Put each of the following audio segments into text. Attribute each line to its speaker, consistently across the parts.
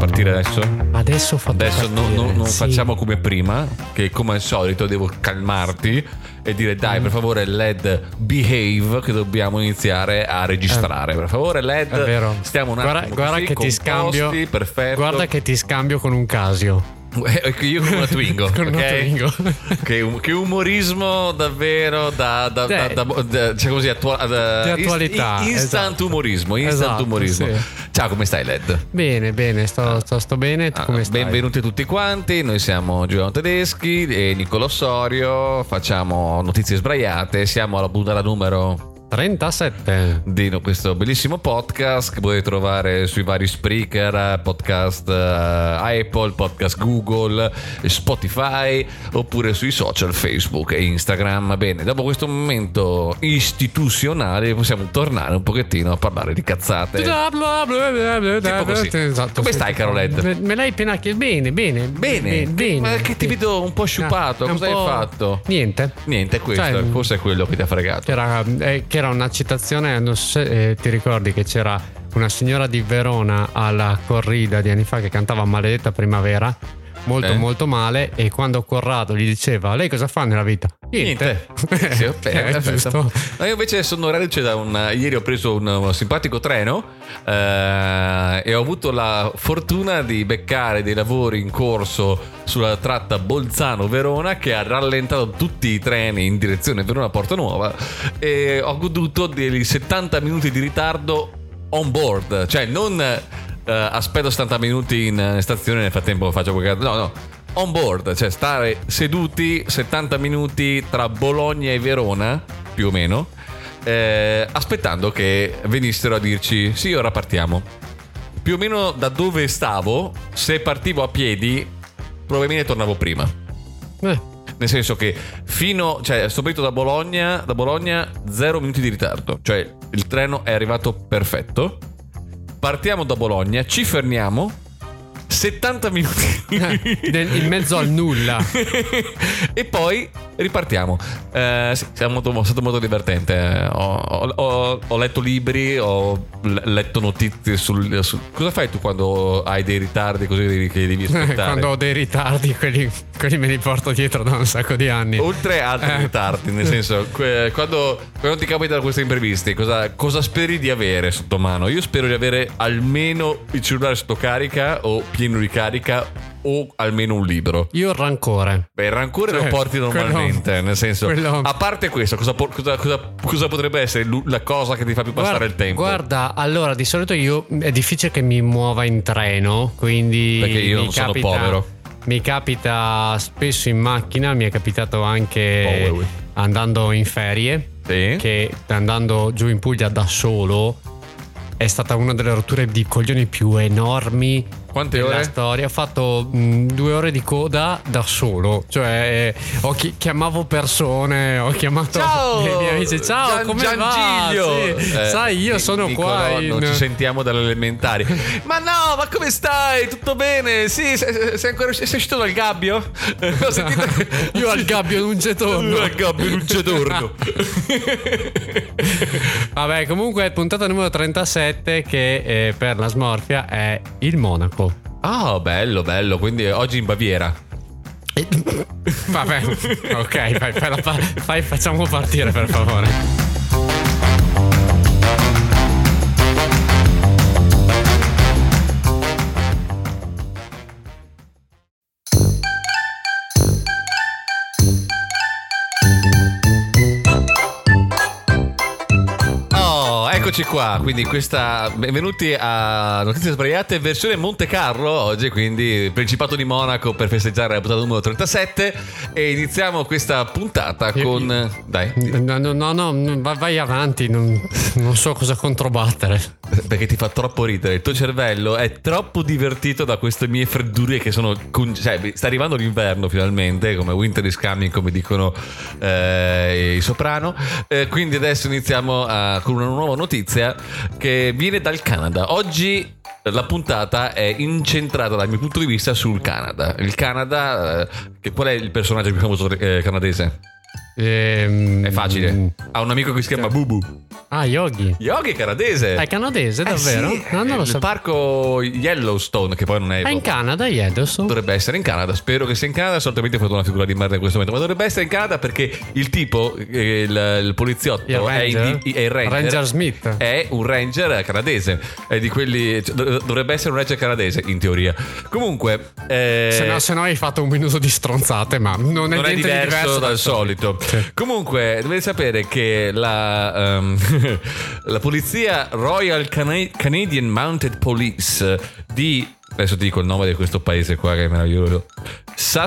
Speaker 1: adesso?
Speaker 2: Adesso ho fatto
Speaker 1: Adesso no-
Speaker 2: partire.
Speaker 1: no- non
Speaker 2: Sì.
Speaker 1: facciamo come prima, che come al solito devo calmarti e dire dai
Speaker 2: Mm.
Speaker 1: per favore LED behave che dobbiamo iniziare a registrare. Per favore LED,
Speaker 2: Eh. È vero.
Speaker 1: stiamo un attimo
Speaker 2: guarda, guarda
Speaker 1: così,
Speaker 2: che ti
Speaker 1: composti,
Speaker 2: scambio.
Speaker 1: perfetto.
Speaker 2: Guarda che ti scambio con un Casio.
Speaker 1: Eh, Io con una Twingo,
Speaker 2: Con una
Speaker 1: ok?
Speaker 2: Twingo.
Speaker 1: che, um- che umorismo davvero da, da, da-
Speaker 2: Dai.
Speaker 1: da- da- cioè così attua- da-
Speaker 2: Di attualità,
Speaker 1: ist- i- instant
Speaker 2: esatto.
Speaker 1: umorismo, instant
Speaker 2: Esatto,
Speaker 1: umorismo.
Speaker 2: sì.
Speaker 1: Ciao, come stai LED?
Speaker 2: Bene, bene,
Speaker 1: Ah.
Speaker 2: sto, sto, sto bene. Tu come stai?
Speaker 1: Benvenuti tutti quanti, noi siamo Giuliano Tedeschi e Niccolo Osorio, facciamo notizie sbraiate, siamo alla puntata numero
Speaker 2: 37.
Speaker 1: di no- questo bellissimo podcast che potete trovare sui vari speaker, eh, podcast eh, Apple, podcast Google, Spotify oppure sui social Facebook e Instagram. Bene, dopo questo momento istituzionale possiamo tornare un pochettino a parlare di cazzate. Tipo così. Come
Speaker 2: esatto, sì.
Speaker 1: stai, caro Led?
Speaker 2: Me, me l'hai appena chiesto. Bene, bene.
Speaker 1: Bene,
Speaker 2: bene,
Speaker 1: ma che ti
Speaker 2: sì.
Speaker 1: vedo un po' sciupato,
Speaker 2: Ah, un
Speaker 1: cosa hai
Speaker 2: po'-
Speaker 1: fatto?
Speaker 2: Niente.
Speaker 1: Niente, è questo,
Speaker 2: Cioè,
Speaker 1: forse è quello che ti ha fregato.
Speaker 2: Che era, eh, che era una citazione, non so se eh, ti ricordi che c'era una signora di Verona alla corrida di anni fa che cantava Maledetta Primavera, molto
Speaker 1: Eh.
Speaker 2: molto male, e quando Corrado gli diceva lei cosa fa nella vita? Niente.
Speaker 1: Sì, ok,
Speaker 2: Eh,
Speaker 1: perfetto.
Speaker 2: giusto.
Speaker 1: No, io invece sono reduce da un. Ieri ho preso un, un simpatico treno eh, e ho avuto la fortuna di beccare dei lavori in corso sulla tratta Bolzano-Verona che ha rallentato tutti i treni in direzione Verona-Porta Nuova e ho goduto dei 70 minuti di ritardo on board, cioè non. eh, aspetto 70 minuti in eh, stazione nel frattempo faccio qualche no no on board, cioè stare seduti 70 minuti tra Bologna e Verona, più o meno, eh, aspettando che venissero a dirci sì, ora partiamo. Più o meno da dove stavo, se partivo a piedi, probabilmente tornavo prima.
Speaker 2: Eh,
Speaker 1: Nel senso che fino, cioè, sto partito da Bologna, da Bologna 0 minuti di ritardo, cioè il treno è arrivato perfetto. Partiamo da Bologna, ci fermiamo 70 minuti
Speaker 2: Eh, nel- in mezzo al nulla.
Speaker 1: e poi ripartiamo. Eh, sì, è molto- è stato molto divertente. Eh, Ho, ho- ho- ho letto libri, ho l- letto notizie sul, su- Cosa fai tu quando hai dei ritardi così devi- che devi aspettare?
Speaker 2: Quando ho dei ritardi, quelli, quelli me li porto dietro da un sacco di anni.
Speaker 1: Oltre ad
Speaker 2: Eh.
Speaker 1: ritardi, nel senso, que- quando, quando ti capitano queste impreviste, cosa, cosa speri di avere sotto mano? Io spero di avere almeno il cellulare sotto carica o pieno di carica o almeno un libro.
Speaker 2: Io ho rancore.
Speaker 1: Beh, il rancore
Speaker 2: Cioè,
Speaker 1: lo porti
Speaker 2: quello-
Speaker 1: normalmente, nel senso,
Speaker 2: quello-
Speaker 1: a parte questo, cosa, po- cosa- cosa- cosa potrebbe essere l'u- la cosa che ti fa più passare
Speaker 2: guarda,
Speaker 1: il tempo?
Speaker 2: Guarda, allora di solito io è difficile che mi muova in treno, quindi
Speaker 1: Perché io
Speaker 2: mi
Speaker 1: non sono
Speaker 2: capita-
Speaker 1: povero.
Speaker 2: Mi capita spesso in macchina, mi è capitato anche
Speaker 1: Oh, oui, oui.
Speaker 2: andando in ferie,
Speaker 1: Sì?
Speaker 2: che andando giù in Puglia da solo è stata una delle rotture di coglioni più enormi
Speaker 1: Quante
Speaker 2: della
Speaker 1: ore?
Speaker 2: storia. Ho fatto mh, due ore di coda da solo, cioè eh, ho chi- chiamavo persone, ho chiamato
Speaker 1: Ciao!
Speaker 2: i miei amici, ciao,
Speaker 1: Gian-
Speaker 2: come
Speaker 1: Giangiglio!"
Speaker 2: va? Sì,
Speaker 1: Eh,
Speaker 2: sai, io
Speaker 1: Ni-
Speaker 2: sono qua
Speaker 1: Nicolò,
Speaker 2: in...
Speaker 1: Non ci sentiamo dalle elementari. ma no, ma come stai? Tutto bene? Sì, sei, sei ancora usci- sei uscito dal gabbio? Ho sentito che-
Speaker 2: Io al gabbio non c'è torno.
Speaker 1: Io al gabbio non c'è torno.
Speaker 2: Vabbè, comunque puntata numero 37 che eh, per la smorfia è il Monaco.
Speaker 1: Ah, bello, bello. Quindi oggi in Baviera.
Speaker 2: Vabbè, ok, vai, fai la pa- fai- facciamo partire per favore.
Speaker 1: Oh, eccoci qua. Quindi questa benvenuti a Notizie sbagliate versione Monte Carlo oggi, quindi Principato di Monaco per festeggiare la puntata numero 37 e iniziamo questa puntata
Speaker 2: Io-
Speaker 1: con dai,
Speaker 2: No, no, no, no, no, va- vai avanti, non, non so cosa controbattere.
Speaker 1: perché ti fa troppo ridere, il tuo cervello è troppo divertito da queste mie freddurie che sono con- cioè, sta arrivando l'inverno finalmente, come winter is coming, come dicono eh, i soprano. Eh, quindi adesso iniziamo a- con una nuova notizia che viene dal Canada. Oggi la puntata è incentrata dal mio punto di vista sul Canada. Il Canada, eh, che- qual è il personaggio più famoso eh, canadese?
Speaker 2: Ehm, Mm.
Speaker 1: È facile. Ha un amico che si chiama Bubu.
Speaker 2: Ah, Yogi.
Speaker 1: Yogi canadese.
Speaker 2: È canadese,
Speaker 1: Eh
Speaker 2: davvero?
Speaker 1: sì,
Speaker 2: No, non lo
Speaker 1: il
Speaker 2: sapevo.
Speaker 1: parco Yellowstone, che poi non è.
Speaker 2: È in Canada, Yedoso.
Speaker 1: Dovrebbe essere in Canada, spero che sia in Canada. Solitamente ho fatto una figura di merda in questo momento, ma dovrebbe essere in Canada perché il tipo, eh, il, il poliziotto,
Speaker 2: Il
Speaker 1: è, in-
Speaker 2: Ranger?
Speaker 1: è il ranger,
Speaker 2: Ranger Smith.
Speaker 1: È un ranger canadese. È di quelli, cioè, dov- dovrebbe essere un ranger canadese, in teoria. Comunque, eh,
Speaker 2: Se no, se no hai fatto un minuto di stronzate, ma non è,
Speaker 1: non è
Speaker 2: niente di
Speaker 1: diverso,
Speaker 2: diverso
Speaker 1: dal solito. Comunque, dovete sapere che la, ehm, la polizia Royal Cana- Canadian Mounted Police di. Adesso ti dico il nome di questo paese qua che è meraviglioso.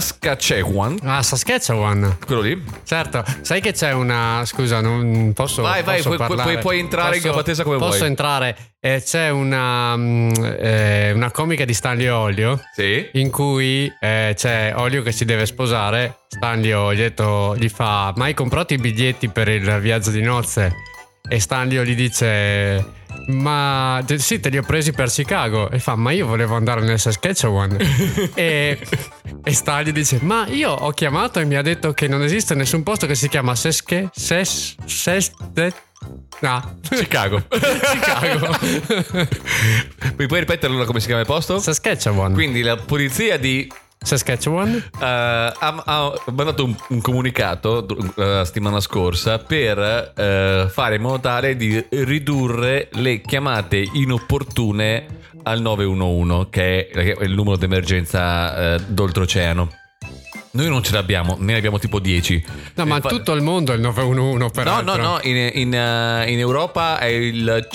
Speaker 1: Saskatchewan.
Speaker 2: Ah, Saskatchewan.
Speaker 1: Quello lì.
Speaker 2: Certo, sai che c'è una. Scusa, non posso.
Speaker 1: Vai, vai,
Speaker 2: posso
Speaker 1: puoi- puoi-
Speaker 2: parlare?
Speaker 1: puoi- puoi entrare in gamba tesa come
Speaker 2: posso
Speaker 1: vuoi.
Speaker 2: Posso entrare? Eh, c'è una, mm, eh, una comica di Stanley Olio
Speaker 1: Sì.
Speaker 2: in cui eh, c'è Olio che si deve sposare. Stanlio Olio gli fa: Ma hai comprato i biglietti per il viaggio di nozze? E Stanlio gli dice: Ma te- sì, te li ho presi per Chicago. E fa: Ma io volevo andare nel Saskatchewan. e, e Stanlio dice: Ma io ho chiamato e mi ha detto che non esiste nessun posto che si chiama Sesche. Ses. Ses. No.
Speaker 1: Chicago.
Speaker 2: Chicago.
Speaker 1: Mi puoi ripetere allora come si chiama il posto?
Speaker 2: Saskatchewan.
Speaker 1: Quindi la polizia di
Speaker 2: Saskatchewan.
Speaker 1: Eh, ha, ha mandato un, un comunicato dur- la settimana scorsa per eh, fare in modo tale di ridurre le chiamate inopportune al 911, che è che è il numero d'emergenza eh, d'oltreoceano. Noi non ce l'abbiamo, ne abbiamo tipo 10.
Speaker 2: No, ma
Speaker 1: Infa-
Speaker 2: tutto il mondo è il 911,
Speaker 1: No,
Speaker 2: peraltro.
Speaker 1: no, no, in, in, eh, in Europa è il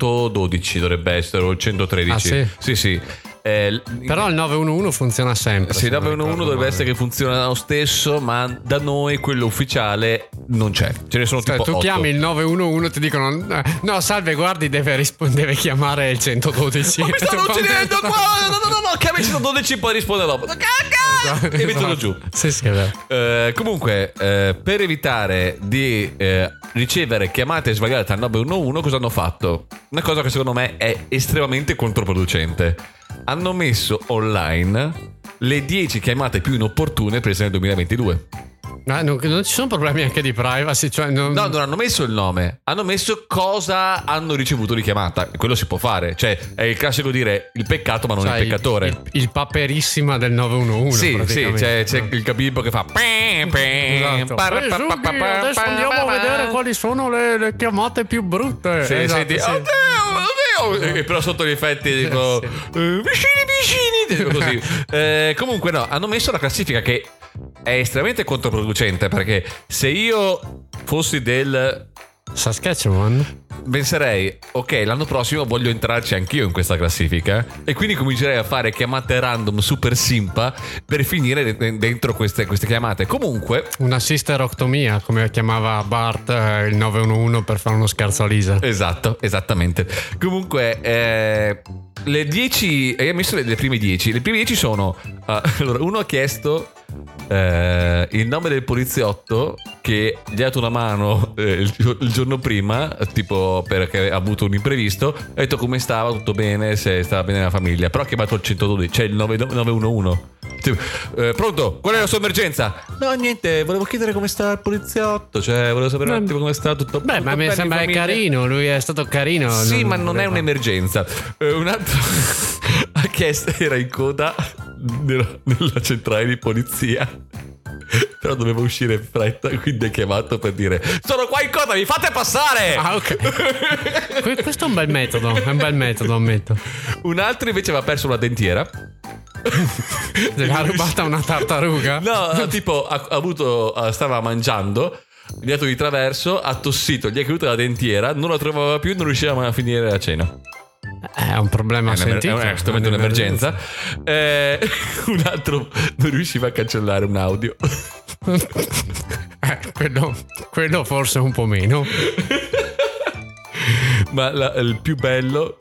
Speaker 1: 112 dovrebbe essere, o il 113.
Speaker 2: Ah, sì?
Speaker 1: Sì, sì. Eh, l-
Speaker 2: Però il 911 funziona sempre.
Speaker 1: Sì,
Speaker 2: se non
Speaker 1: 911
Speaker 2: ricordo
Speaker 1: dovrebbe
Speaker 2: male.
Speaker 1: essere che funziona lo stesso, ma da noi quello ufficiale non c'è. Ce ne sono
Speaker 2: Cioè,
Speaker 1: tipo
Speaker 2: tu
Speaker 1: 8.
Speaker 2: chiami il 911 e ti dicono eh, no salve guardi deve, rispon- deve chiamare il 112
Speaker 1: Ma mi stanno uccidendo qua! No, no, no, no, chiami il 112 poi risponde dopo. Cacca! E mi
Speaker 2: Esatto.
Speaker 1: torno giù.
Speaker 2: sì sì è vero
Speaker 1: Eh, comunque, eh, per evitare di eh, ricevere chiamate sbagliate al 911, cosa hanno fatto? Una cosa che secondo me è estremamente controproducente. Hanno messo online le 10 chiamate più inopportune prese nel 2022.
Speaker 2: Ma non, non ci sono problemi anche di privacy cioè non-
Speaker 1: No, non hanno messo il nome, hanno messo cosa hanno ricevuto di chiamata. Quello si può fare. Cioè, è il classico dire il peccato, ma non
Speaker 2: cioè,
Speaker 1: il peccatore.
Speaker 2: il, il paperissima del 911
Speaker 1: sì, sì,
Speaker 2: praticamente. Mm.
Speaker 1: c'è, c'è il capibbo che fa.
Speaker 2: Esatto. Eh, Zughi, adesso andiamo a vedere quali sono le, le chiamate più brutte
Speaker 1: Sì,
Speaker 2: Esatto,
Speaker 1: senti,
Speaker 2: sì. Eh,
Speaker 1: oddio, oddio. E però sotto gli effetti dico.
Speaker 2: sì.
Speaker 1: "Eh, vicini, vicini. Dico così. Eh, comunque, no, hanno messo la classifica che è estremamente controproducente. Perché se io fossi del
Speaker 2: Saskatchewan
Speaker 1: penserei, ok, l'anno prossimo voglio entrarci anch'io in questa classifica e quindi comincerei a fare chiamate random super simpa per finire de- dentro queste, queste chiamate. Comunque,
Speaker 2: una sister octomia come chiamava Bart eh, il 911 per fare uno scherzo a Lisa
Speaker 1: esatto, esattamente. Comunque, eh, le 10, e io ho messo le, le prime 10, le prime 10 sono, ah, allora, uno ha chiesto... eh, il nome del poliziotto che gli ha dato una mano eh, il, gio- il giorno prima, tipo perché ha avuto un imprevisto, ha detto come stava, tutto bene, se stava bene la famiglia, però ha chiamato il 112, cioè il 9 911. Tipo, eh, pronto, qual è la sua emergenza? No, niente, volevo chiedere come sta il poliziotto, cioè volevo sapere un
Speaker 2: Beh,
Speaker 1: attimo come sta tutto.
Speaker 2: Beh,
Speaker 1: tutto
Speaker 2: ma mi
Speaker 1: bene,
Speaker 2: sembra
Speaker 1: famiglia?
Speaker 2: carino, lui è stato carino. Ah,
Speaker 1: Sì, ma non è
Speaker 2: voleva-
Speaker 1: un'emergenza. Eh, un altro ha chiesto, era in coda nella, nella centrale di polizia. Però doveva uscire in fretta, quindi ha chiamato per dire: Sono qua in coda, mi fate passare!
Speaker 2: Ah, ok. Que- Questo è un bel metodo, è un bel metodo, ammetto.
Speaker 1: Un altro invece aveva perso una dentiera.
Speaker 2: L'ha rubata una tartaruga?
Speaker 1: No, tipo, ha, ha avuto, eh, stava mangiando. Gli è andato di traverso, ha tossito, gli è caduta la dentiera, non la trovava più, non riusciva mai a finire la cena.
Speaker 2: Eh, È un problema
Speaker 1: È un'emer-
Speaker 2: sentito.
Speaker 1: è assolutamente un'emergenza. Eh, un altro non riusciva a cancellare un audio.
Speaker 2: Eh, quello, quello forse un po' meno.
Speaker 1: Ma la- il più bello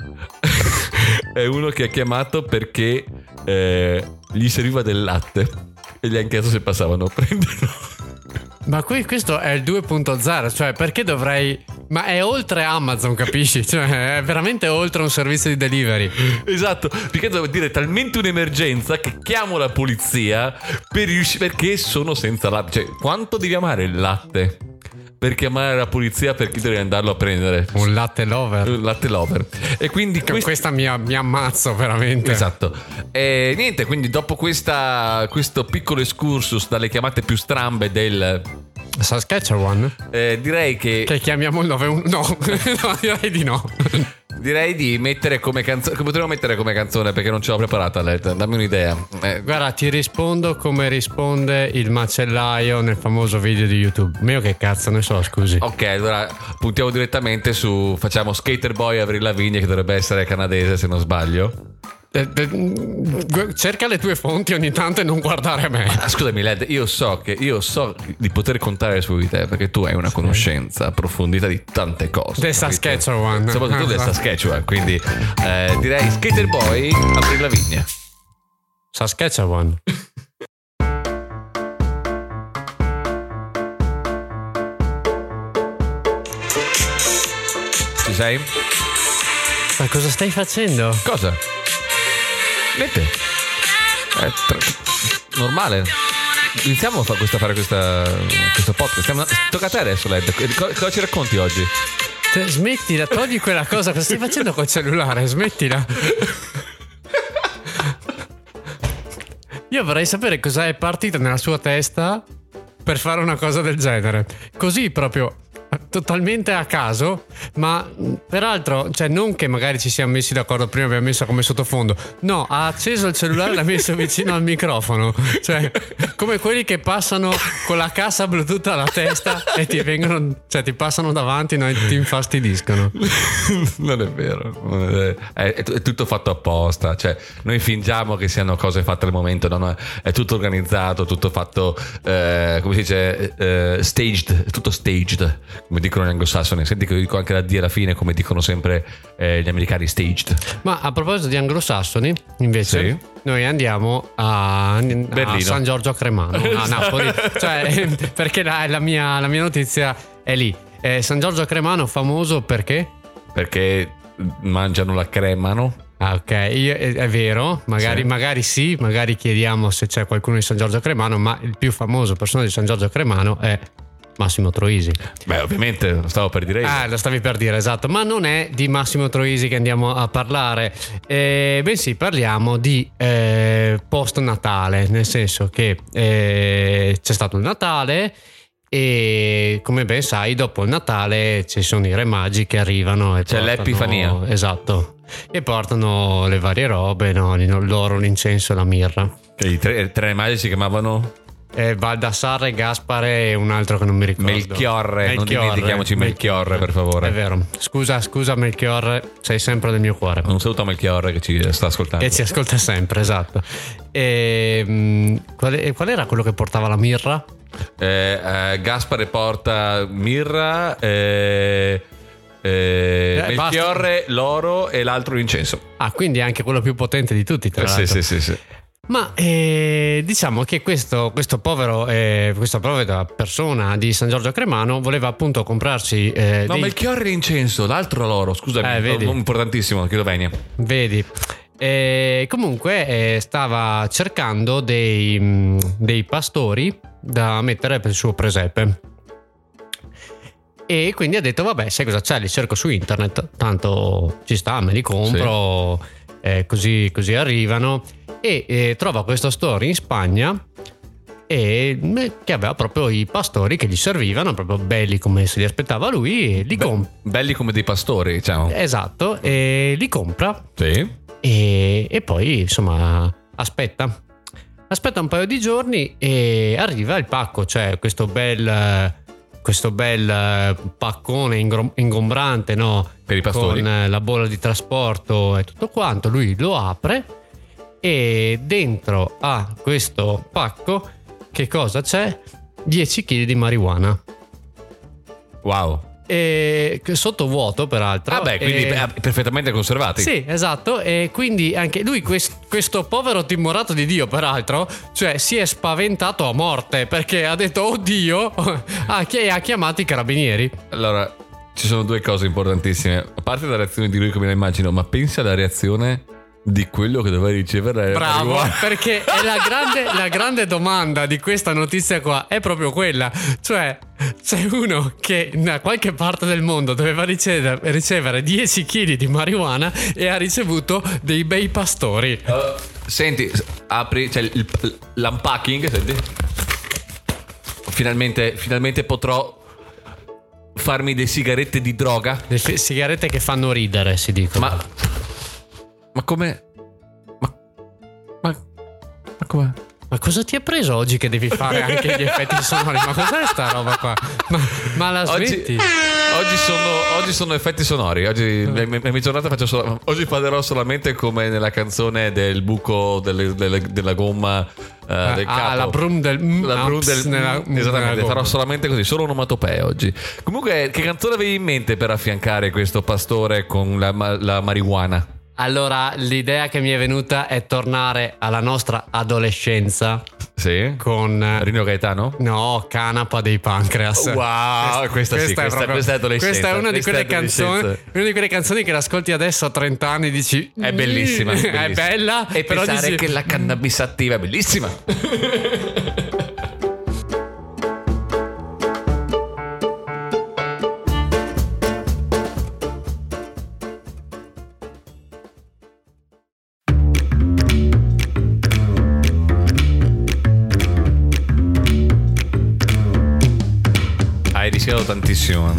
Speaker 1: è uno che ha chiamato perché eh, gli serviva del latte e gli ha chiesto se passavano a prenderlo.
Speaker 2: Ma qui questo è il 2.0, cioè perché dovrei... Ma è oltre Amazon, capisci? Cioè è veramente oltre un servizio di delivery.
Speaker 1: Esatto, perché devo dire talmente un'emergenza che chiamo la polizia per riusci- perché sono senza latte. Cioè, quanto devi amare il latte? per chiamare la polizia per chiedere di andarlo a prendere.
Speaker 2: Un latte lover.
Speaker 1: Un latte lover. E quindi
Speaker 2: Con
Speaker 1: quest-
Speaker 2: Questa mi, mi ammazzo veramente.
Speaker 1: Esatto. E niente, quindi dopo questa- questo piccolo excursus dalle chiamate più strambe del...
Speaker 2: Saskatchewan?
Speaker 1: eh, direi che...
Speaker 2: Che chiamiamo il 91? No, no, direi di no.
Speaker 1: Direi di mettere come canzone... Che potremmo mettere come canzone perché non ce l'ho preparata, Letta. Dammi un'idea. Eh,
Speaker 2: Guarda, ti rispondo come risponde il macellaio nel famoso video di YouTube. Ma io che cazzo ne so, scusi.
Speaker 1: ok, allora puntiamo direttamente su... Facciamo Skater Boy Avril Lavigne che dovrebbe essere canadese se non sbaglio.
Speaker 2: Eh, eh, gu- cerca le tue fonti ogni tanto e non guardare a me.
Speaker 1: Ah, scusami, Led, io so che io so di poter contare su di te perché tu hai una conoscenza approfondita di tante cose.
Speaker 2: Del
Speaker 1: capito?
Speaker 2: Saskatchewan.
Speaker 1: Soprattutto del
Speaker 2: Esatto.
Speaker 1: Saskatchewan. Quindi eh, direi Skater Boy, apri la vigna.
Speaker 2: Saskatchewan.
Speaker 1: Ci sei?
Speaker 2: Ma cosa stai facendo?
Speaker 1: Cosa? Niente. È tra- normale. Iniziamo a fa- questa- a fare questa, questo podcast. Stiamo- tocca a te adesso, Led. Co- cosa ci racconti oggi?
Speaker 2: Te- Smettila, togli quella cosa. Cosa stai facendo col cellulare? Smettila. Io vorrei sapere cosa è partito nella sua testa per fare una cosa del genere. Così proprio totalmente a caso, ma mh, peraltro, cioè non che magari ci siamo messi d'accordo prima, abbiamo messo come sottofondo. No, ha acceso il cellulare e l'ha messo vicino al microfono. Cioè, come quelli che passano con la cassa Bluetooth alla testa e ti vengono, cioè ti passano davanti no, e ti infastidiscono.
Speaker 1: non è vero, non è, vero. Eh, È- è tut- è tutto fatto apposta. Cioè, noi fingiamo che siano cose fatte al momento, no, no, è tutto organizzato, tutto fatto, eh, come si dice, eh, staged, è tutto staged, come dicono gli anglosassoni. Senti che io dico anche la D alla fine, come dicono sempre eh, gli americani, staged.
Speaker 2: Ma a proposito di anglosassoni, invece,
Speaker 1: Sì.
Speaker 2: noi andiamo a, a
Speaker 1: Berlino. Esatto.
Speaker 2: San Giorgio a Cremano, a Napoli. Cioè, perché la, la mia, la mia notizia è lì. Eh, San Giorgio a Cremano, famoso perché?
Speaker 1: Perché mangiano la cremano.
Speaker 2: Ah, ok, io- è, è vero,
Speaker 1: Sì.
Speaker 2: magari sì. magari sì, magari chiediamo se c'è qualcuno di San Giorgio a Cremano, ma il più famoso personaggio di San Giorgio a Cremano è Massimo Troisi.
Speaker 1: Beh, ovviamente, stavo per dire. io.
Speaker 2: Ah, lo stavi per dire, esatto, ma non è di Massimo Troisi che andiamo a parlare, eh, bensì parliamo di eh, post-Natale, nel senso che eh, c'è stato il Natale e come ben sai dopo il Natale ci sono i re magi che arrivano. e
Speaker 1: C'è
Speaker 2: portano-
Speaker 1: l'Epifania.
Speaker 2: Esatto, e portano le varie robe, no? l'oro, l'incenso e la mirra.
Speaker 1: Che I tre, i tre magi si chiamavano
Speaker 2: Eh, Baldassarre, Gaspare e un altro che non mi ricordo.
Speaker 1: Melchiorre. Non dimentichiamoci Melchiorre, per favore.
Speaker 2: È vero. Scusa, scusa Melchiorre, sei sempre nel mio cuore.
Speaker 1: Un saluto a Melchiorre che ci sta ascoltando.
Speaker 2: E ci ascolta sempre, esatto. E, mm, qual, e qual era quello che portava la mirra?
Speaker 1: Eh, eh, Gaspare porta mirra, eh, eh,
Speaker 2: Eh,
Speaker 1: Melchiorre, l'oro e l'altro l'incenso.
Speaker 2: Ah, quindi anche quello più potente di tutti, tra
Speaker 1: Eh,
Speaker 2: l'altro.
Speaker 1: sì, sì, sì, sì.
Speaker 2: Ma eh, diciamo che questo, questo povero, eh, questa povera persona di San Giorgio Cremano voleva appunto comprarsi eh,
Speaker 1: No,
Speaker 2: dei-
Speaker 1: Melchiorre e l'incenso, l'altro l'oro. Scusami,
Speaker 2: Eh, vedi.
Speaker 1: un- un importantissimo. Chiedo venia.
Speaker 2: Vedi. E comunque eh, stava cercando dei, mh, dei pastori da mettere per il suo presepe. E quindi ha detto: Vabbè, sai cosa c'è? Li cerco su internet, tanto ci sta, me li compro, eh, così, così arrivano. E eh, trova questo store in Spagna e, mh, che aveva proprio i pastori che gli servivano, proprio belli come se li aspettava lui, e li
Speaker 1: Be-
Speaker 2: compra.
Speaker 1: belli come dei pastori, diciamo.
Speaker 2: Esatto, e li compra
Speaker 1: Sì.
Speaker 2: e, e poi insomma aspetta aspetta un paio di giorni e arriva il pacco cioè questo bel eh, questo bel eh, paccone ingrom- ingombrante no?
Speaker 1: Per i pastori.
Speaker 2: con eh, la bolla di trasporto e tutto quanto lui lo apre e dentro a questo pacco che cosa c'è? 10 kg di marijuana
Speaker 1: Wow.
Speaker 2: e sotto vuoto peraltro
Speaker 1: Vabbè, quindi
Speaker 2: e-
Speaker 1: eh, perfettamente conservati.
Speaker 2: sì, esatto. E quindi anche lui, quest- questo povero timorato di Dio, peraltro, cioè si è spaventato a morte perché ha detto oddio ah, chi- e ha chiamato i carabinieri.
Speaker 1: Allora, ci sono due cose importantissime. A parte la reazione di lui, come la immagino, ma pensa alla reazione di quello che doveva ricevere. la
Speaker 2: Bravo,
Speaker 1: marijuana.
Speaker 2: perché è la grande, la grande domanda di questa notizia qua è proprio quella. Cioè, c'è uno che da qualche parte del mondo doveva ricevere, ricevere 10 kg di marijuana e ha ricevuto dei bei pastori.
Speaker 1: Eh, senti, s- apri cioè, il- il- l'unpacking. Senti. Finalmente, finalmente potrò farmi delle sigarette di droga.
Speaker 2: Le fi- sigarette che fanno ridere, si dicono.
Speaker 1: Ma. Ma come. Ma. Ma. Ma come.
Speaker 2: Ma cosa ti ha preso oggi che devi fare anche gli effetti sonori? Ma cos'è sta roba qua? Ma, ma la Ah, smetti?
Speaker 1: Oggi, oggi sono, oggi sono effetti sonori. Oggi
Speaker 2: Eh.
Speaker 1: la mia giornata faccio solo. Oggi parlerò solamente come nella canzone del buco delle- delle- della gomma eh, del
Speaker 2: ah,
Speaker 1: capo.
Speaker 2: la brum del mm,
Speaker 1: La brum
Speaker 2: ups,
Speaker 1: del-
Speaker 2: nella- mm, nella
Speaker 1: esattamente,
Speaker 2: gomma.
Speaker 1: farò solamente così, solo onomatopee oggi. Comunque, che canzone avevi in mente per affiancare questo pastore con la, ma- la marijuana?
Speaker 2: Allora, l'idea che mi è venuta è tornare alla nostra adolescenza
Speaker 1: Sì?
Speaker 2: con... eh,
Speaker 1: Rino Gaetano?
Speaker 2: No, canapa dei pancreas.
Speaker 1: Wow, questa, sì, questa,
Speaker 2: proprio-
Speaker 1: questa è adolescenza.
Speaker 2: questa è una di
Speaker 1: questa
Speaker 2: quelle canzoni.
Speaker 1: adolescenza.
Speaker 2: Una di quelle canzoni che ascolti adesso a 30 anni e dici.
Speaker 1: È bellissima,
Speaker 2: "Mm, È
Speaker 1: bellissima."
Speaker 2: bella.
Speaker 1: E
Speaker 2: però
Speaker 1: pensare
Speaker 2: dici,
Speaker 1: che la cannabis attiva è bellissima. Hai rischiato tantissimo.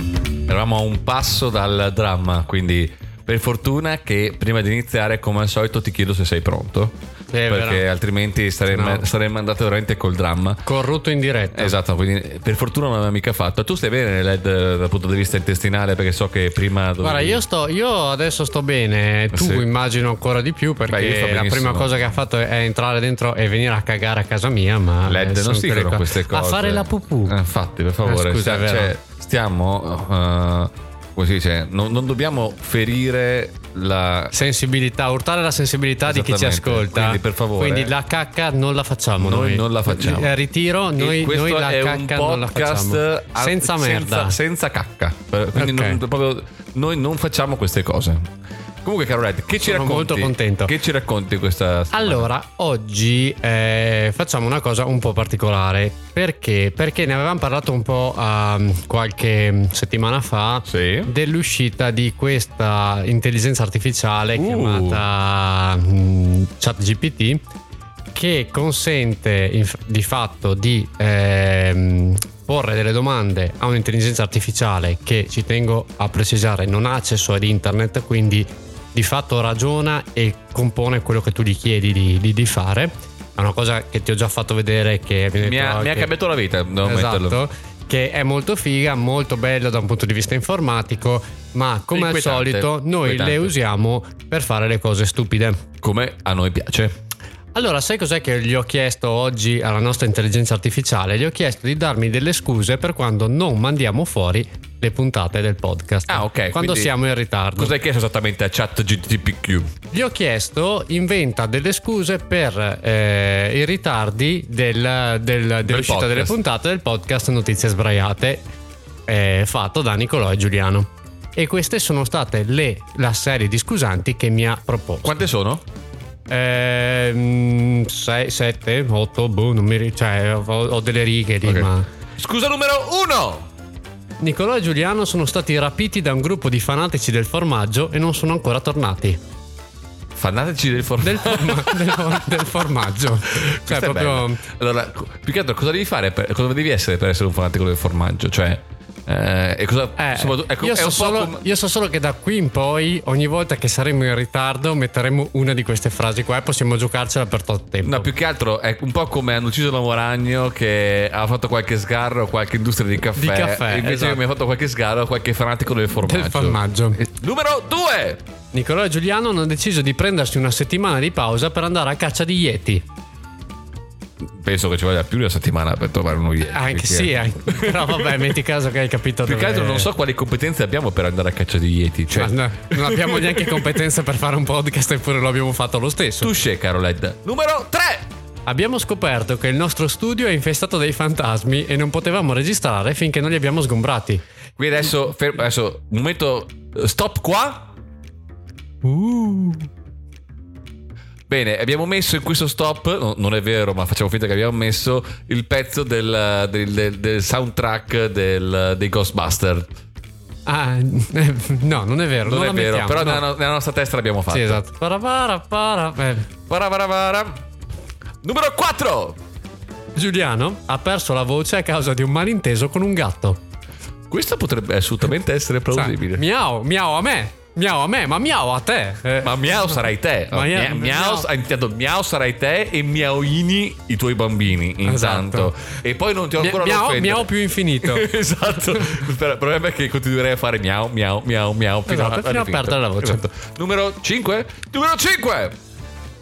Speaker 1: Eravamo a un passo dal dramma, quindi per fortuna che prima di iniziare, come al solito, ti chiedo se sei pronto.
Speaker 2: è vero.
Speaker 1: perché altrimenti saremmo,
Speaker 2: Eh, No. Eh.
Speaker 1: saremmo andati veramente col dramma.
Speaker 2: Corrotto in diretta.
Speaker 1: Esatto, quindi per fortuna non l'aveva mica fatto. Tu stai bene Led eh, dal punto di vista intestinale perché so che prima... dovevi-
Speaker 2: Guarda, io, sto, io adesso sto bene, tu
Speaker 1: Eh, Sì.
Speaker 2: immagino ancora di più perché
Speaker 1: Beh, io sto
Speaker 2: la
Speaker 1: benissimo.
Speaker 2: prima cosa che ha fatto è entrare dentro e venire a cagare a casa mia, ma... eh,
Speaker 1: Led
Speaker 2: sono
Speaker 1: non si
Speaker 2: quelle
Speaker 1: dicono
Speaker 2: co-
Speaker 1: queste cose.
Speaker 2: A fare la pupù.
Speaker 1: Eh, Infatti, per favore,
Speaker 2: Eh, scusa,
Speaker 1: sta-
Speaker 2: è vero.
Speaker 1: cioè, stiamo... eh, come si dice? Non, non dobbiamo ferire la...
Speaker 2: Sensibilità, urtare la sensibilità di chi ci
Speaker 1: Esattamente.
Speaker 2: ascolta.
Speaker 1: Quindi, per favore. eh.
Speaker 2: Quindi la cacca non la facciamo
Speaker 1: Noi
Speaker 2: noi.
Speaker 1: non la facciamo.
Speaker 2: Eh, Ritiro, noi,
Speaker 1: E questo
Speaker 2: noi la
Speaker 1: è
Speaker 2: cacca
Speaker 1: un
Speaker 2: non la
Speaker 1: podcast
Speaker 2: facciamo.
Speaker 1: a-
Speaker 2: Senza merda.
Speaker 1: senza cacca. Eh, Quindi
Speaker 2: Ok.
Speaker 1: non- proprio- noi non facciamo queste cose. Comunque, Carolette, che ci
Speaker 2: Sono
Speaker 1: racconti?
Speaker 2: molto contento.
Speaker 1: Che ci racconti questa settimana?
Speaker 2: Allora, oggi eh, facciamo una cosa un po' particolare. Perché? Perché ne avevamo parlato un po' ehm, qualche settimana fa
Speaker 1: Sì.
Speaker 2: dell'uscita di questa intelligenza artificiale
Speaker 1: Uh.
Speaker 2: chiamata mm, ChatGPT che consente inf- di fatto di ehm, porre delle domande a un'intelligenza artificiale che ci tengo a precisare non ha accesso ad internet quindi di fatto ragiona e compone quello che tu gli chiedi di, di- di fare è una cosa che ti ho già fatto vedere che mi hai
Speaker 1: Mi ha,
Speaker 2: detto,
Speaker 1: mi ha
Speaker 2: "Ok,
Speaker 1: cambiato la vita, devo metterlo.
Speaker 2: esatto, che è molto figa, molto bello da un punto di vista informatico, ma come al
Speaker 1: Inquietante,
Speaker 2: solito noi
Speaker 1: inquietante.
Speaker 2: le usiamo per fare le cose stupide.
Speaker 1: Come a noi piace.
Speaker 2: Allora, sai cos'è che gli ho chiesto oggi alla nostra intelligenza artificiale? Gli ho chiesto di darmi delle scuse per quando non mandiamo fuori le puntate del podcast.
Speaker 1: Ah, ok,
Speaker 2: Quando
Speaker 1: quindi-
Speaker 2: siamo in ritardo.
Speaker 1: Cosa hai chiesto esattamente a chat GTPQ?
Speaker 2: Gli ho chiesto, inventa delle scuse per eh, i ritardi del- del- dell'uscita
Speaker 1: podcast.
Speaker 2: delle puntate del podcast Notizie Sbraiate, eh, fatto da Nicolò e Giuliano. E queste sono state le, la serie di scusanti che mi ha proposto. Ehm,
Speaker 1: Quante sono?
Speaker 2: 6, 7, 8, boh, non mi ri- cioè, ho, ho delle righe lì,
Speaker 1: Ok.
Speaker 2: ma.
Speaker 1: Scusa numero uno!
Speaker 2: Nicolò e Giuliano sono stati rapiti da un gruppo di fanatici del formaggio e non sono ancora tornati.
Speaker 1: Fanateci del formaggio.
Speaker 2: del, forma- del for- del formaggio. Cioè,
Speaker 1: Questa è
Speaker 2: proprio.
Speaker 1: bella. Allora, co- più che altro, cosa devi fare? per- cosa devi essere per essere un fanatico del formaggio? Cioè, eh, e cosa.
Speaker 2: eh,
Speaker 1: soprattutto- ecco,
Speaker 2: io,
Speaker 1: è un
Speaker 2: so
Speaker 1: po'
Speaker 2: solo,
Speaker 1: come-
Speaker 2: io so solo che da qui in poi, ogni volta che saremo in ritardo, metteremo una di queste frasi qua e possiamo giocarcela per tot tempo.
Speaker 1: No, più che altro è un po' come hanno ucciso la Moragno che ha fatto qualche sgarro a qualche industria di caffè.
Speaker 2: Di caffè,
Speaker 1: Invece
Speaker 2: esatto.
Speaker 1: mi ha fatto qualche sgarro a qualche fanatico del formaggio.
Speaker 2: Del formaggio.
Speaker 1: Eh, Numero 2!
Speaker 2: Nicolò e Giuliano hanno deciso di prendersi una settimana di pausa per andare a caccia di Yeti.
Speaker 1: Penso che ci voglia più di una settimana per trovare uno Yeti.
Speaker 2: Anche sì, anche- però vabbè, metti caso che hai capito
Speaker 1: Più che
Speaker 2: dove-
Speaker 1: altro non so quali competenze abbiamo per andare a caccia di Yeti. Cioè,
Speaker 2: Ma no, non abbiamo neanche competenza per fare un podcast, eppure lo abbiamo fatto lo stesso.
Speaker 1: Touché, caro Led. Numero 3!
Speaker 2: Abbiamo scoperto che il nostro studio è infestato dai fantasmi e non potevamo registrare finché non li abbiamo sgombrati.
Speaker 1: Qui adesso, fermo, adesso, un Uh. momento, eh, stop qua. Bene, abbiamo messo in questo stop, no, non è vero, ma facciamo finta che abbiamo messo il pezzo del, del- del- del soundtrack del- dei Ghostbuster.
Speaker 2: Ah, no, non è vero.
Speaker 1: Non,
Speaker 2: la
Speaker 1: è vero,
Speaker 2: mettiamo,
Speaker 1: però
Speaker 2: no.
Speaker 1: nella, no- nella nostra testa l'abbiamo fatto.
Speaker 2: Sì, esatto. Para, para, para.
Speaker 1: eh.
Speaker 2: Beh,
Speaker 1: Vara, vara, vara. Numero 4!
Speaker 2: Giuliano ha perso la voce a causa di un malinteso con un gatto.
Speaker 1: Questo potrebbe assolutamente essere
Speaker 2: Cioè,
Speaker 1: plausibile.
Speaker 2: miau, miau a me. Miau a me, ma miau a te. Eh,
Speaker 1: Ma miau sarai te.
Speaker 2: Ma mia-
Speaker 1: Mia- miau,
Speaker 2: miau.
Speaker 1: hai intendo miau sarai te e miauini i tuoi bambini. Intanto. E poi non ti ho
Speaker 2: Esatto. mi-
Speaker 1: ancora
Speaker 2: miau,
Speaker 1: l'offendere.
Speaker 2: miau più infinito.
Speaker 1: esatto. Il pro- problema è che continuerei a fare miau, miau, miau, miau.
Speaker 2: Esatto, fino a
Speaker 1: all'infinito.
Speaker 2: perdere la voce.
Speaker 1: Esatto. Numero 5? Numero 5!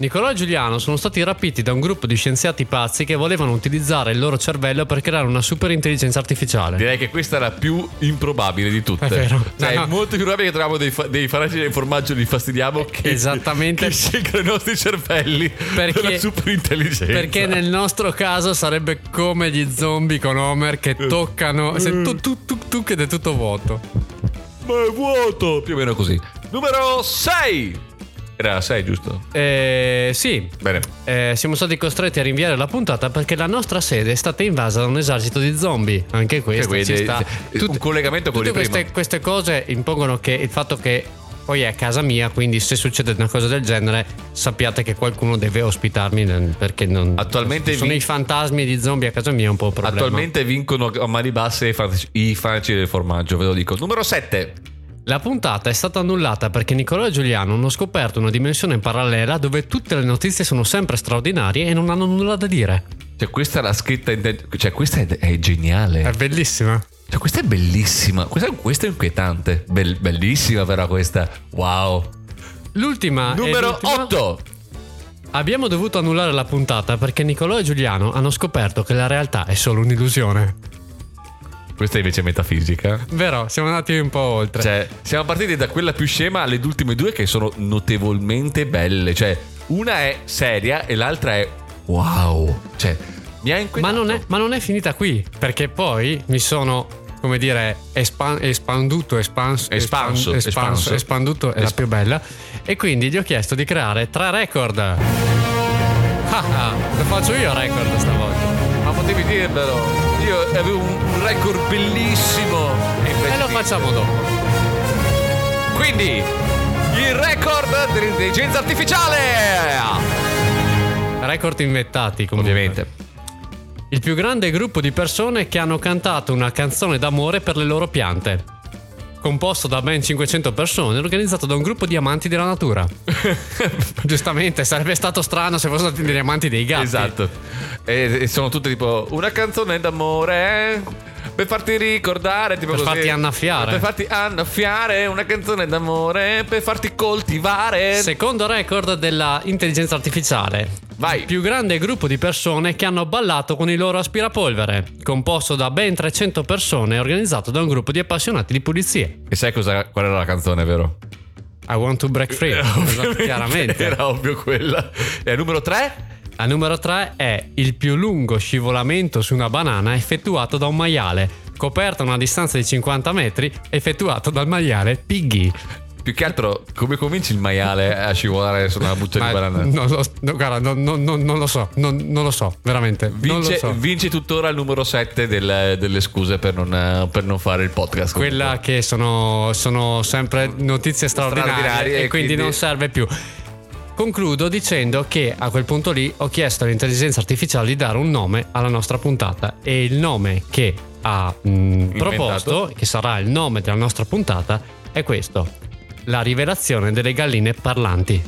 Speaker 2: Nicolò e Giuliano sono stati rapiti da un gruppo di scienziati pazzi che volevano utilizzare il loro cervello per creare una super intelligenza artificiale.
Speaker 1: Direi che questa è la più improbabile di tutte.
Speaker 2: È vero.
Speaker 1: Cioè,
Speaker 2: No,
Speaker 1: È
Speaker 2: no.
Speaker 1: molto più probabile che troviamo dei, fa- dei farmaci del formaggio e li fastidiamo che,
Speaker 2: Esattamente.
Speaker 1: che scelgono i nostri cervelli
Speaker 2: Perché-
Speaker 1: per la super intelligenza.
Speaker 2: Perché nel nostro caso sarebbe come gli zombie con Homer che
Speaker 1: Eh. Mm.
Speaker 2: toccano. Se tu tu tu tu ed è tutto vuoto.
Speaker 1: Ma è vuoto! Più o meno così. Numero 6! Era 6, giusto?
Speaker 2: Eh, sì.
Speaker 1: Bene.
Speaker 2: Eh, siamo stati costretti a rinviare la puntata perché la nostra sede è stata invasa da un esercito di zombie. Anche questo
Speaker 1: quindi,
Speaker 2: ci sta.
Speaker 1: eh, un collegamento con
Speaker 2: tutte
Speaker 1: il primo.
Speaker 2: queste, queste cose impongono che il fatto che poi è a casa mia, quindi se succede una cosa del genere sappiate che qualcuno deve ospitarmi nel- perché non
Speaker 1: Attualmente
Speaker 2: sono
Speaker 1: vi-
Speaker 2: i fantasmi di zombie a casa mia è un po' un problema.
Speaker 1: Attualmente vincono a mani basse i fantaci- i fanci del formaggio, ve lo dico. Numero 7.
Speaker 2: La puntata è stata annullata perché Nicolò e Giuliano hanno scoperto una dimensione parallela dove tutte le notizie sono sempre straordinarie e non hanno nulla da dire.
Speaker 1: Cioè, questa è la scritta. in te- Cioè, questa è, è
Speaker 2: È
Speaker 1: geniale.
Speaker 2: bellissima.
Speaker 1: Cioè, questa è bellissima. Questa, questa è inquietante. Bel- bellissima, però, questa. Wow.
Speaker 2: L'ultima Ah, e
Speaker 1: Numero
Speaker 2: l'ultima-
Speaker 1: 8.
Speaker 2: Abbiamo dovuto annullare la puntata perché Nicolò e Giuliano hanno scoperto che la realtà è solo un'illusione.
Speaker 1: Questa invece è metafisica.
Speaker 2: Vero, siamo andati un po' oltre.
Speaker 1: Cioè, siamo partiti da quella più scema alle ultime due che sono notevolmente belle. Cioè, una è seria e l'altra è wow. Cioè, mi ha
Speaker 2: ma,
Speaker 1: inquietato.
Speaker 2: non è, ma non è finita qui, perché poi mi sono, come dire, espan- espanduto, espans-
Speaker 1: Espanso,
Speaker 2: espan- espanso,
Speaker 1: espanso.
Speaker 2: espanduto, è la
Speaker 1: Esp-
Speaker 2: più bella. E quindi gli ho chiesto di creare tre record. Ah, ah, lo faccio io il record stavolta.
Speaker 1: Ma potevi dirmelo. Io avevo un un record bellissimo. E invece
Speaker 2: E lo
Speaker 1: di-
Speaker 2: facciamo dopo.
Speaker 1: Quindi, il record dell'intelligenza artificiale.
Speaker 2: Record inventati, comunque. Il più grande gruppo di persone che hanno cantato una canzone d'amore per le loro piante. Composto da ben 500 persone, e organizzato da un gruppo di amanti della natura. Giustamente, sarebbe stato strano se fossero stati degli amanti dei gatti.
Speaker 1: Esatto. E, e sono tutte tipo una canzone d'amore. eh, Per farti ricordare, tipo
Speaker 2: Per
Speaker 1: così.
Speaker 2: farti annaffiare.
Speaker 1: Per farti annaffiare, una canzone d'amore. Per farti coltivare.
Speaker 2: Secondo record della intelligenza artificiale.
Speaker 1: Vai.
Speaker 2: Il più grande gruppo di persone che hanno ballato con i loro aspirapolvere, composto da ben 300 persone e organizzato da un gruppo di appassionati di pulizie.
Speaker 1: E sai cosa, qual era la canzone, vero? Eh,
Speaker 2: I want to break free. Esatto, chiaramente.
Speaker 1: Era ovvio quella. E numero 3?
Speaker 2: La numero 3 è il più lungo scivolamento su una banana effettuato da un maiale, coperto a una distanza di 50 metri, effettuato dal maiale Piggy.
Speaker 1: Più che altro, come cominci il maiale a scivolare su una buccia Cioè di banana?
Speaker 2: non lo, no, guarda, non- non- non- non lo so, non, non lo so, veramente. non lo
Speaker 1: Vince,
Speaker 2: so.
Speaker 1: vince tuttora il numero 7 del- delle scuse per non, per non fare il podcast.
Speaker 2: Quella che sono, sono sempre notizie straordinarie,
Speaker 1: Straordinarie,
Speaker 2: e
Speaker 1: e
Speaker 2: quindi,
Speaker 1: quindi-
Speaker 2: non serve più. Concludo dicendo che a quel punto lì ho chiesto all'intelligenza artificiale di dare un nome alla nostra puntata e il nome che ha mh, proposto, che sarà il nome della nostra puntata, è questo. La rivelazione delle galline parlanti.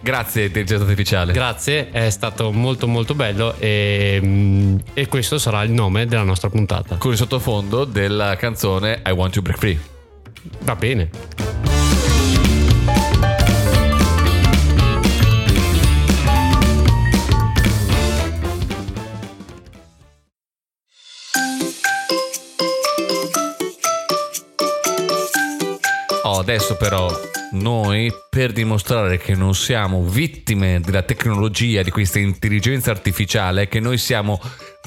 Speaker 1: Grazie, intelligenza artificiale.
Speaker 2: Grazie, è stato molto molto bello e, mh, e questo sarà il nome della nostra puntata.
Speaker 1: con il sottofondo della canzone I Want to Break Free.
Speaker 2: Va bene.
Speaker 1: Oh, adesso però noi per dimostrare che non siamo vittime della tecnologia, di questa intelligenza artificiale, che noi siamo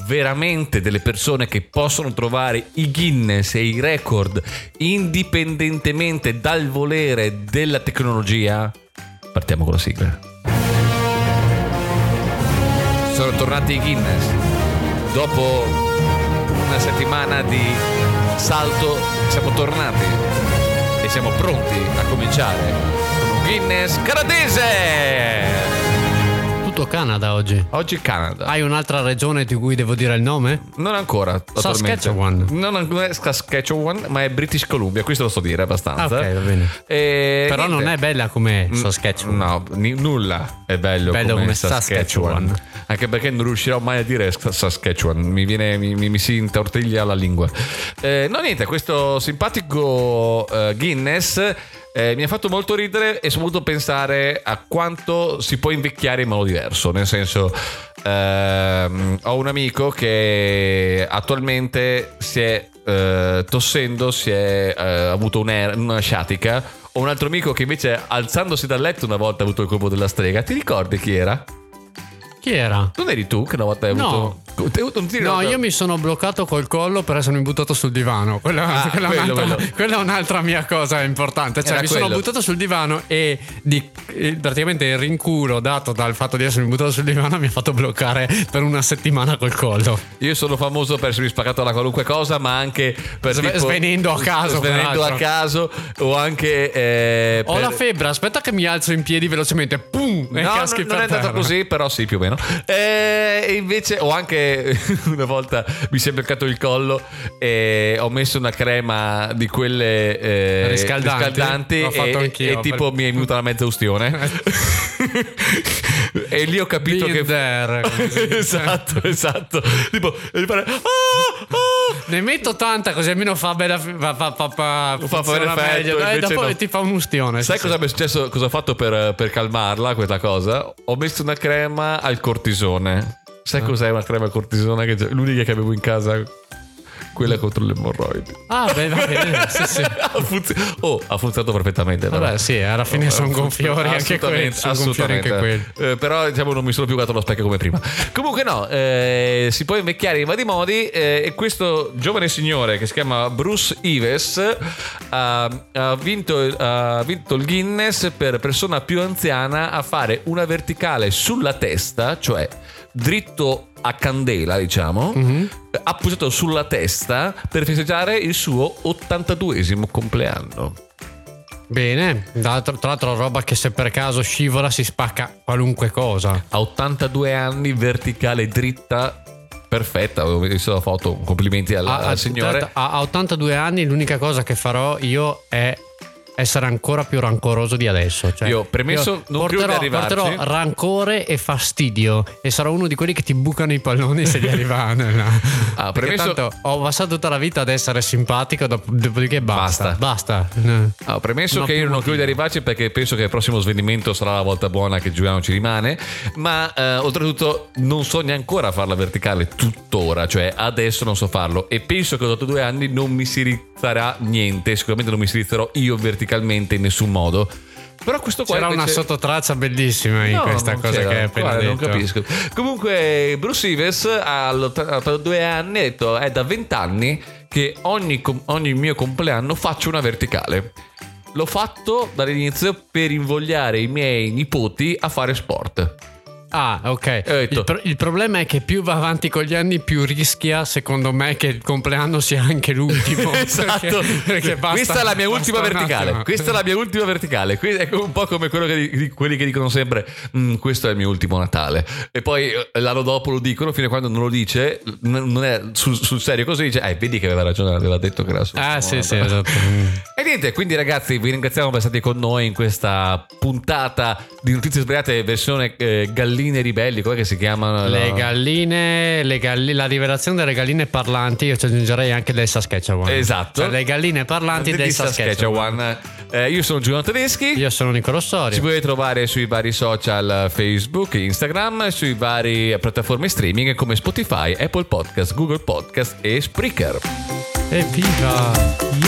Speaker 1: veramente delle persone che possono trovare i Guinness e i record indipendentemente dal volere della tecnologia, partiamo con la sigla. sono tornati i Guinness dopo una settimana di salto siamo tornati e siamo pronti a cominciare con un Guinness canadese
Speaker 2: Tutto Canada oggi.
Speaker 1: oggi Canada
Speaker 2: Hai un'altra regione di cui devo dire il nome?
Speaker 1: non ancora attualmente.
Speaker 2: Saskatchewan.
Speaker 1: non non è Saskatchewan ma è British Columbia questo lo so dire
Speaker 2: Ah,
Speaker 1: abbastanza
Speaker 2: ok, va bene.
Speaker 1: E
Speaker 2: Però
Speaker 1: Eh, niente.
Speaker 2: non è bella come
Speaker 1: Mm,
Speaker 2: Saskatchewan.
Speaker 1: No, ni- nulla è bello,
Speaker 2: Bello
Speaker 1: come
Speaker 2: come
Speaker 1: Saskatchewan.
Speaker 2: Saskatchewan.
Speaker 1: Anche perché non riuscirò mai a dire Sk- Saskatchewan, mi, viene, mi, mi- mi si intortiglia la lingua. Eh, no, niente, questo simpatico eh, Guinness eh, mi ha fatto molto ridere e soprattutto pensare a quanto si può invecchiare in modo diverso. Nel senso, ehm, ho un amico che attualmente si è eh, tossendo, si è eh, avuto un'er- una sciatica. Ho un altro amico che invece alzandosi dal letto una volta ha avuto il colpo della strega. Ti ricordi chi era?
Speaker 2: Chi era?
Speaker 1: Non eri tu che una volta hai
Speaker 2: No.
Speaker 1: avuto... Te- non ti
Speaker 2: No,
Speaker 1: ricordo-
Speaker 2: io mi sono bloccato col collo per essermi buttato sul divano. Quella,
Speaker 1: Ah,
Speaker 2: quella è
Speaker 1: quello,
Speaker 2: un'altra,
Speaker 1: quello.
Speaker 2: quella è un'altra mia cosa importante. Cioè,
Speaker 1: Era
Speaker 2: mi sono
Speaker 1: quello.
Speaker 2: buttato sul divano e di- eh, praticamente il rincuro dato dal fatto di essermi buttato sul divano mi ha fatto bloccare per una settimana col collo.
Speaker 1: Io sono famoso per essermi spaccato alla qualunque cosa, ma anche per...
Speaker 2: Sve-
Speaker 1: tipo-
Speaker 2: svenendo a caso,
Speaker 1: Svenendo
Speaker 2: peraltro.
Speaker 1: a caso o anche... eh,
Speaker 2: Ho
Speaker 1: per-
Speaker 2: la febbre, aspetta che mi alzo in piedi velocemente. Pum!
Speaker 1: No,
Speaker 2: e
Speaker 1: non,
Speaker 2: caschi
Speaker 1: non
Speaker 2: per
Speaker 1: è andata
Speaker 2: terra.
Speaker 1: così, però sì, più o meno. Eh, E invece ho anche una volta mi si è beccato il collo e ho messo una crema di quelle eh,
Speaker 2: Riscaldanti?
Speaker 1: riscaldanti
Speaker 2: L'ho fatto
Speaker 1: e,
Speaker 2: anch'io,
Speaker 1: e tipo
Speaker 2: per-
Speaker 1: mi è venuta la mezza ustione. e lì ho capito
Speaker 2: Been
Speaker 1: che...
Speaker 2: there, come si dice.
Speaker 1: esatto, esatto. Tipo, devi fare... "Ah, ah".
Speaker 2: Ne metto tanta così almeno fa bella fa, fa, fa, fa,
Speaker 1: Fa fare
Speaker 2: funziona
Speaker 1: effetto,
Speaker 2: meglio. Dai,
Speaker 1: invece
Speaker 2: dopo
Speaker 1: no.
Speaker 2: ti fa un ustione.
Speaker 1: Sai
Speaker 2: sì,
Speaker 1: cosa mi è successo? Cosa ho fatto per, per calmarla questa cosa? Ho messo una crema al cortisone.
Speaker 2: Ah.
Speaker 1: Sai cos'è una crema al cortisone? Che c'è- l'unica che avevo in casa, quella contro le emorroidi.
Speaker 2: sì. Ah, beh, va bene. Sì, sì.
Speaker 1: Ha funzi- oh, ha funzionato perfettamente. però.
Speaker 2: Vabbè, sì, alla fine sono gonfiori anche quelli.
Speaker 1: Assolutamente,
Speaker 2: Sono gonfiori anche quelli.
Speaker 1: assolutamente. Eh, però diciamo non mi sono più gato allo specchio come prima. Comunque no, eh, si può invecchiare in vari modi eh, e questo giovane signore che si chiama Bruce Ives ha, ha vinto, ha vinto il Guinness per persona più anziana a fare una verticale sulla testa, cioè dritto a candela diciamo
Speaker 2: Mhm.
Speaker 1: eh, appoggiato sulla testa per festeggiare il suo 82esimo compleanno
Speaker 2: Bene, d'altro- tra l'altro roba che se per caso scivola si spacca qualunque cosa.
Speaker 1: a 82 anni, verticale, dritta, perfetta. Ho visto la foto, complimenti al,
Speaker 2: A,
Speaker 1: al
Speaker 2: a-
Speaker 1: signore.
Speaker 2: tra- a- a 82 anni l'unica cosa che farò io è essere ancora più rancoroso di adesso. Cioè,
Speaker 1: Io, premesso, non credo di
Speaker 2: porterò,
Speaker 1: arrivarci.
Speaker 2: porterò rancore e fastidio e sarò uno di quelli che ti bucano i palloni se li arrivano. no?
Speaker 1: Ah,
Speaker 2: Perché
Speaker 1: premesso-
Speaker 2: tanto ho passato tutta la vita ad essere simpatico, dop- dopodiché basta. Basta.
Speaker 1: Ah, ho premesso
Speaker 2: Non ho
Speaker 1: che io
Speaker 2: più
Speaker 1: non credo di
Speaker 2: motivo.
Speaker 1: arrivarci perché penso che il prossimo svenimento sarà la volta buona che Giuliano ci rimane, ma eh, oltretutto non so neanche ancora farla verticale tuttora, cioè adesso non so farlo e penso che ad 82 anni non mi si rizzerà niente, sicuramente non mi si rizzerò io verticalmente in nessun modo. Però questo qua
Speaker 2: C'era una
Speaker 1: invece-
Speaker 2: sottotraccia bellissima in
Speaker 1: No,
Speaker 2: questa
Speaker 1: non
Speaker 2: cosa
Speaker 1: c'era.
Speaker 2: che hai appena
Speaker 1: Guarda,
Speaker 2: detto.
Speaker 1: non capisco. Comunque, Bruce Ives all'ottantadue anni ha detto: È da 20 anni che ogni, com- ogni mio compleanno faccio una verticale. L'ho fatto dall'inizio per invogliare i miei nipoti a fare sport.
Speaker 2: Ah, ok.
Speaker 1: Ho detto-
Speaker 2: Il, pro- il problema è che più va avanti con gli anni, più rischia, secondo me, che il compleanno sia anche l'ultimo.
Speaker 1: esatto.
Speaker 2: Perché- perché basta-
Speaker 1: Questa è la mia
Speaker 2: basta
Speaker 1: ultima
Speaker 2: un
Speaker 1: verticale.
Speaker 2: attimo.
Speaker 1: Questa è la mia ultima verticale. Qui è un po' come quello che, di- di- quelli che dicono sempre: "Mm, Questo è il mio ultimo Natale. E poi eh, l'anno dopo lo dicono, fino a quando non lo dice, n- non è sul, sul serio così. Dice: Eh, vedi che aveva ragione, aveva detto che era sul
Speaker 2: Ah,
Speaker 1: suo
Speaker 2: sì, sì,
Speaker 1: Natale."
Speaker 2: esatto.
Speaker 1: E niente, quindi ragazzi vi ringraziamo per essere stati con noi in questa puntata di Notizie Sbagliate versione eh, Galline Ribelli, com'è che si chiamano?
Speaker 2: Le galline, le galli- la rivelazione delle galline parlanti, io ci aggiungerei anche del Saskatchewan.
Speaker 1: Esatto.
Speaker 2: Cioè, le galline parlanti del
Speaker 1: Di
Speaker 2: Saskatchewan.
Speaker 1: Saskatchewan. Eh, io sono Giuliano Tedeschi.
Speaker 2: Io sono Nicolò Soria.
Speaker 1: Ci potete trovare sui vari social eh, Facebook, Instagram, sui vari piattaforme streaming come Spotify, Apple Podcast, Google Podcast e Spreaker.
Speaker 2: Evviva!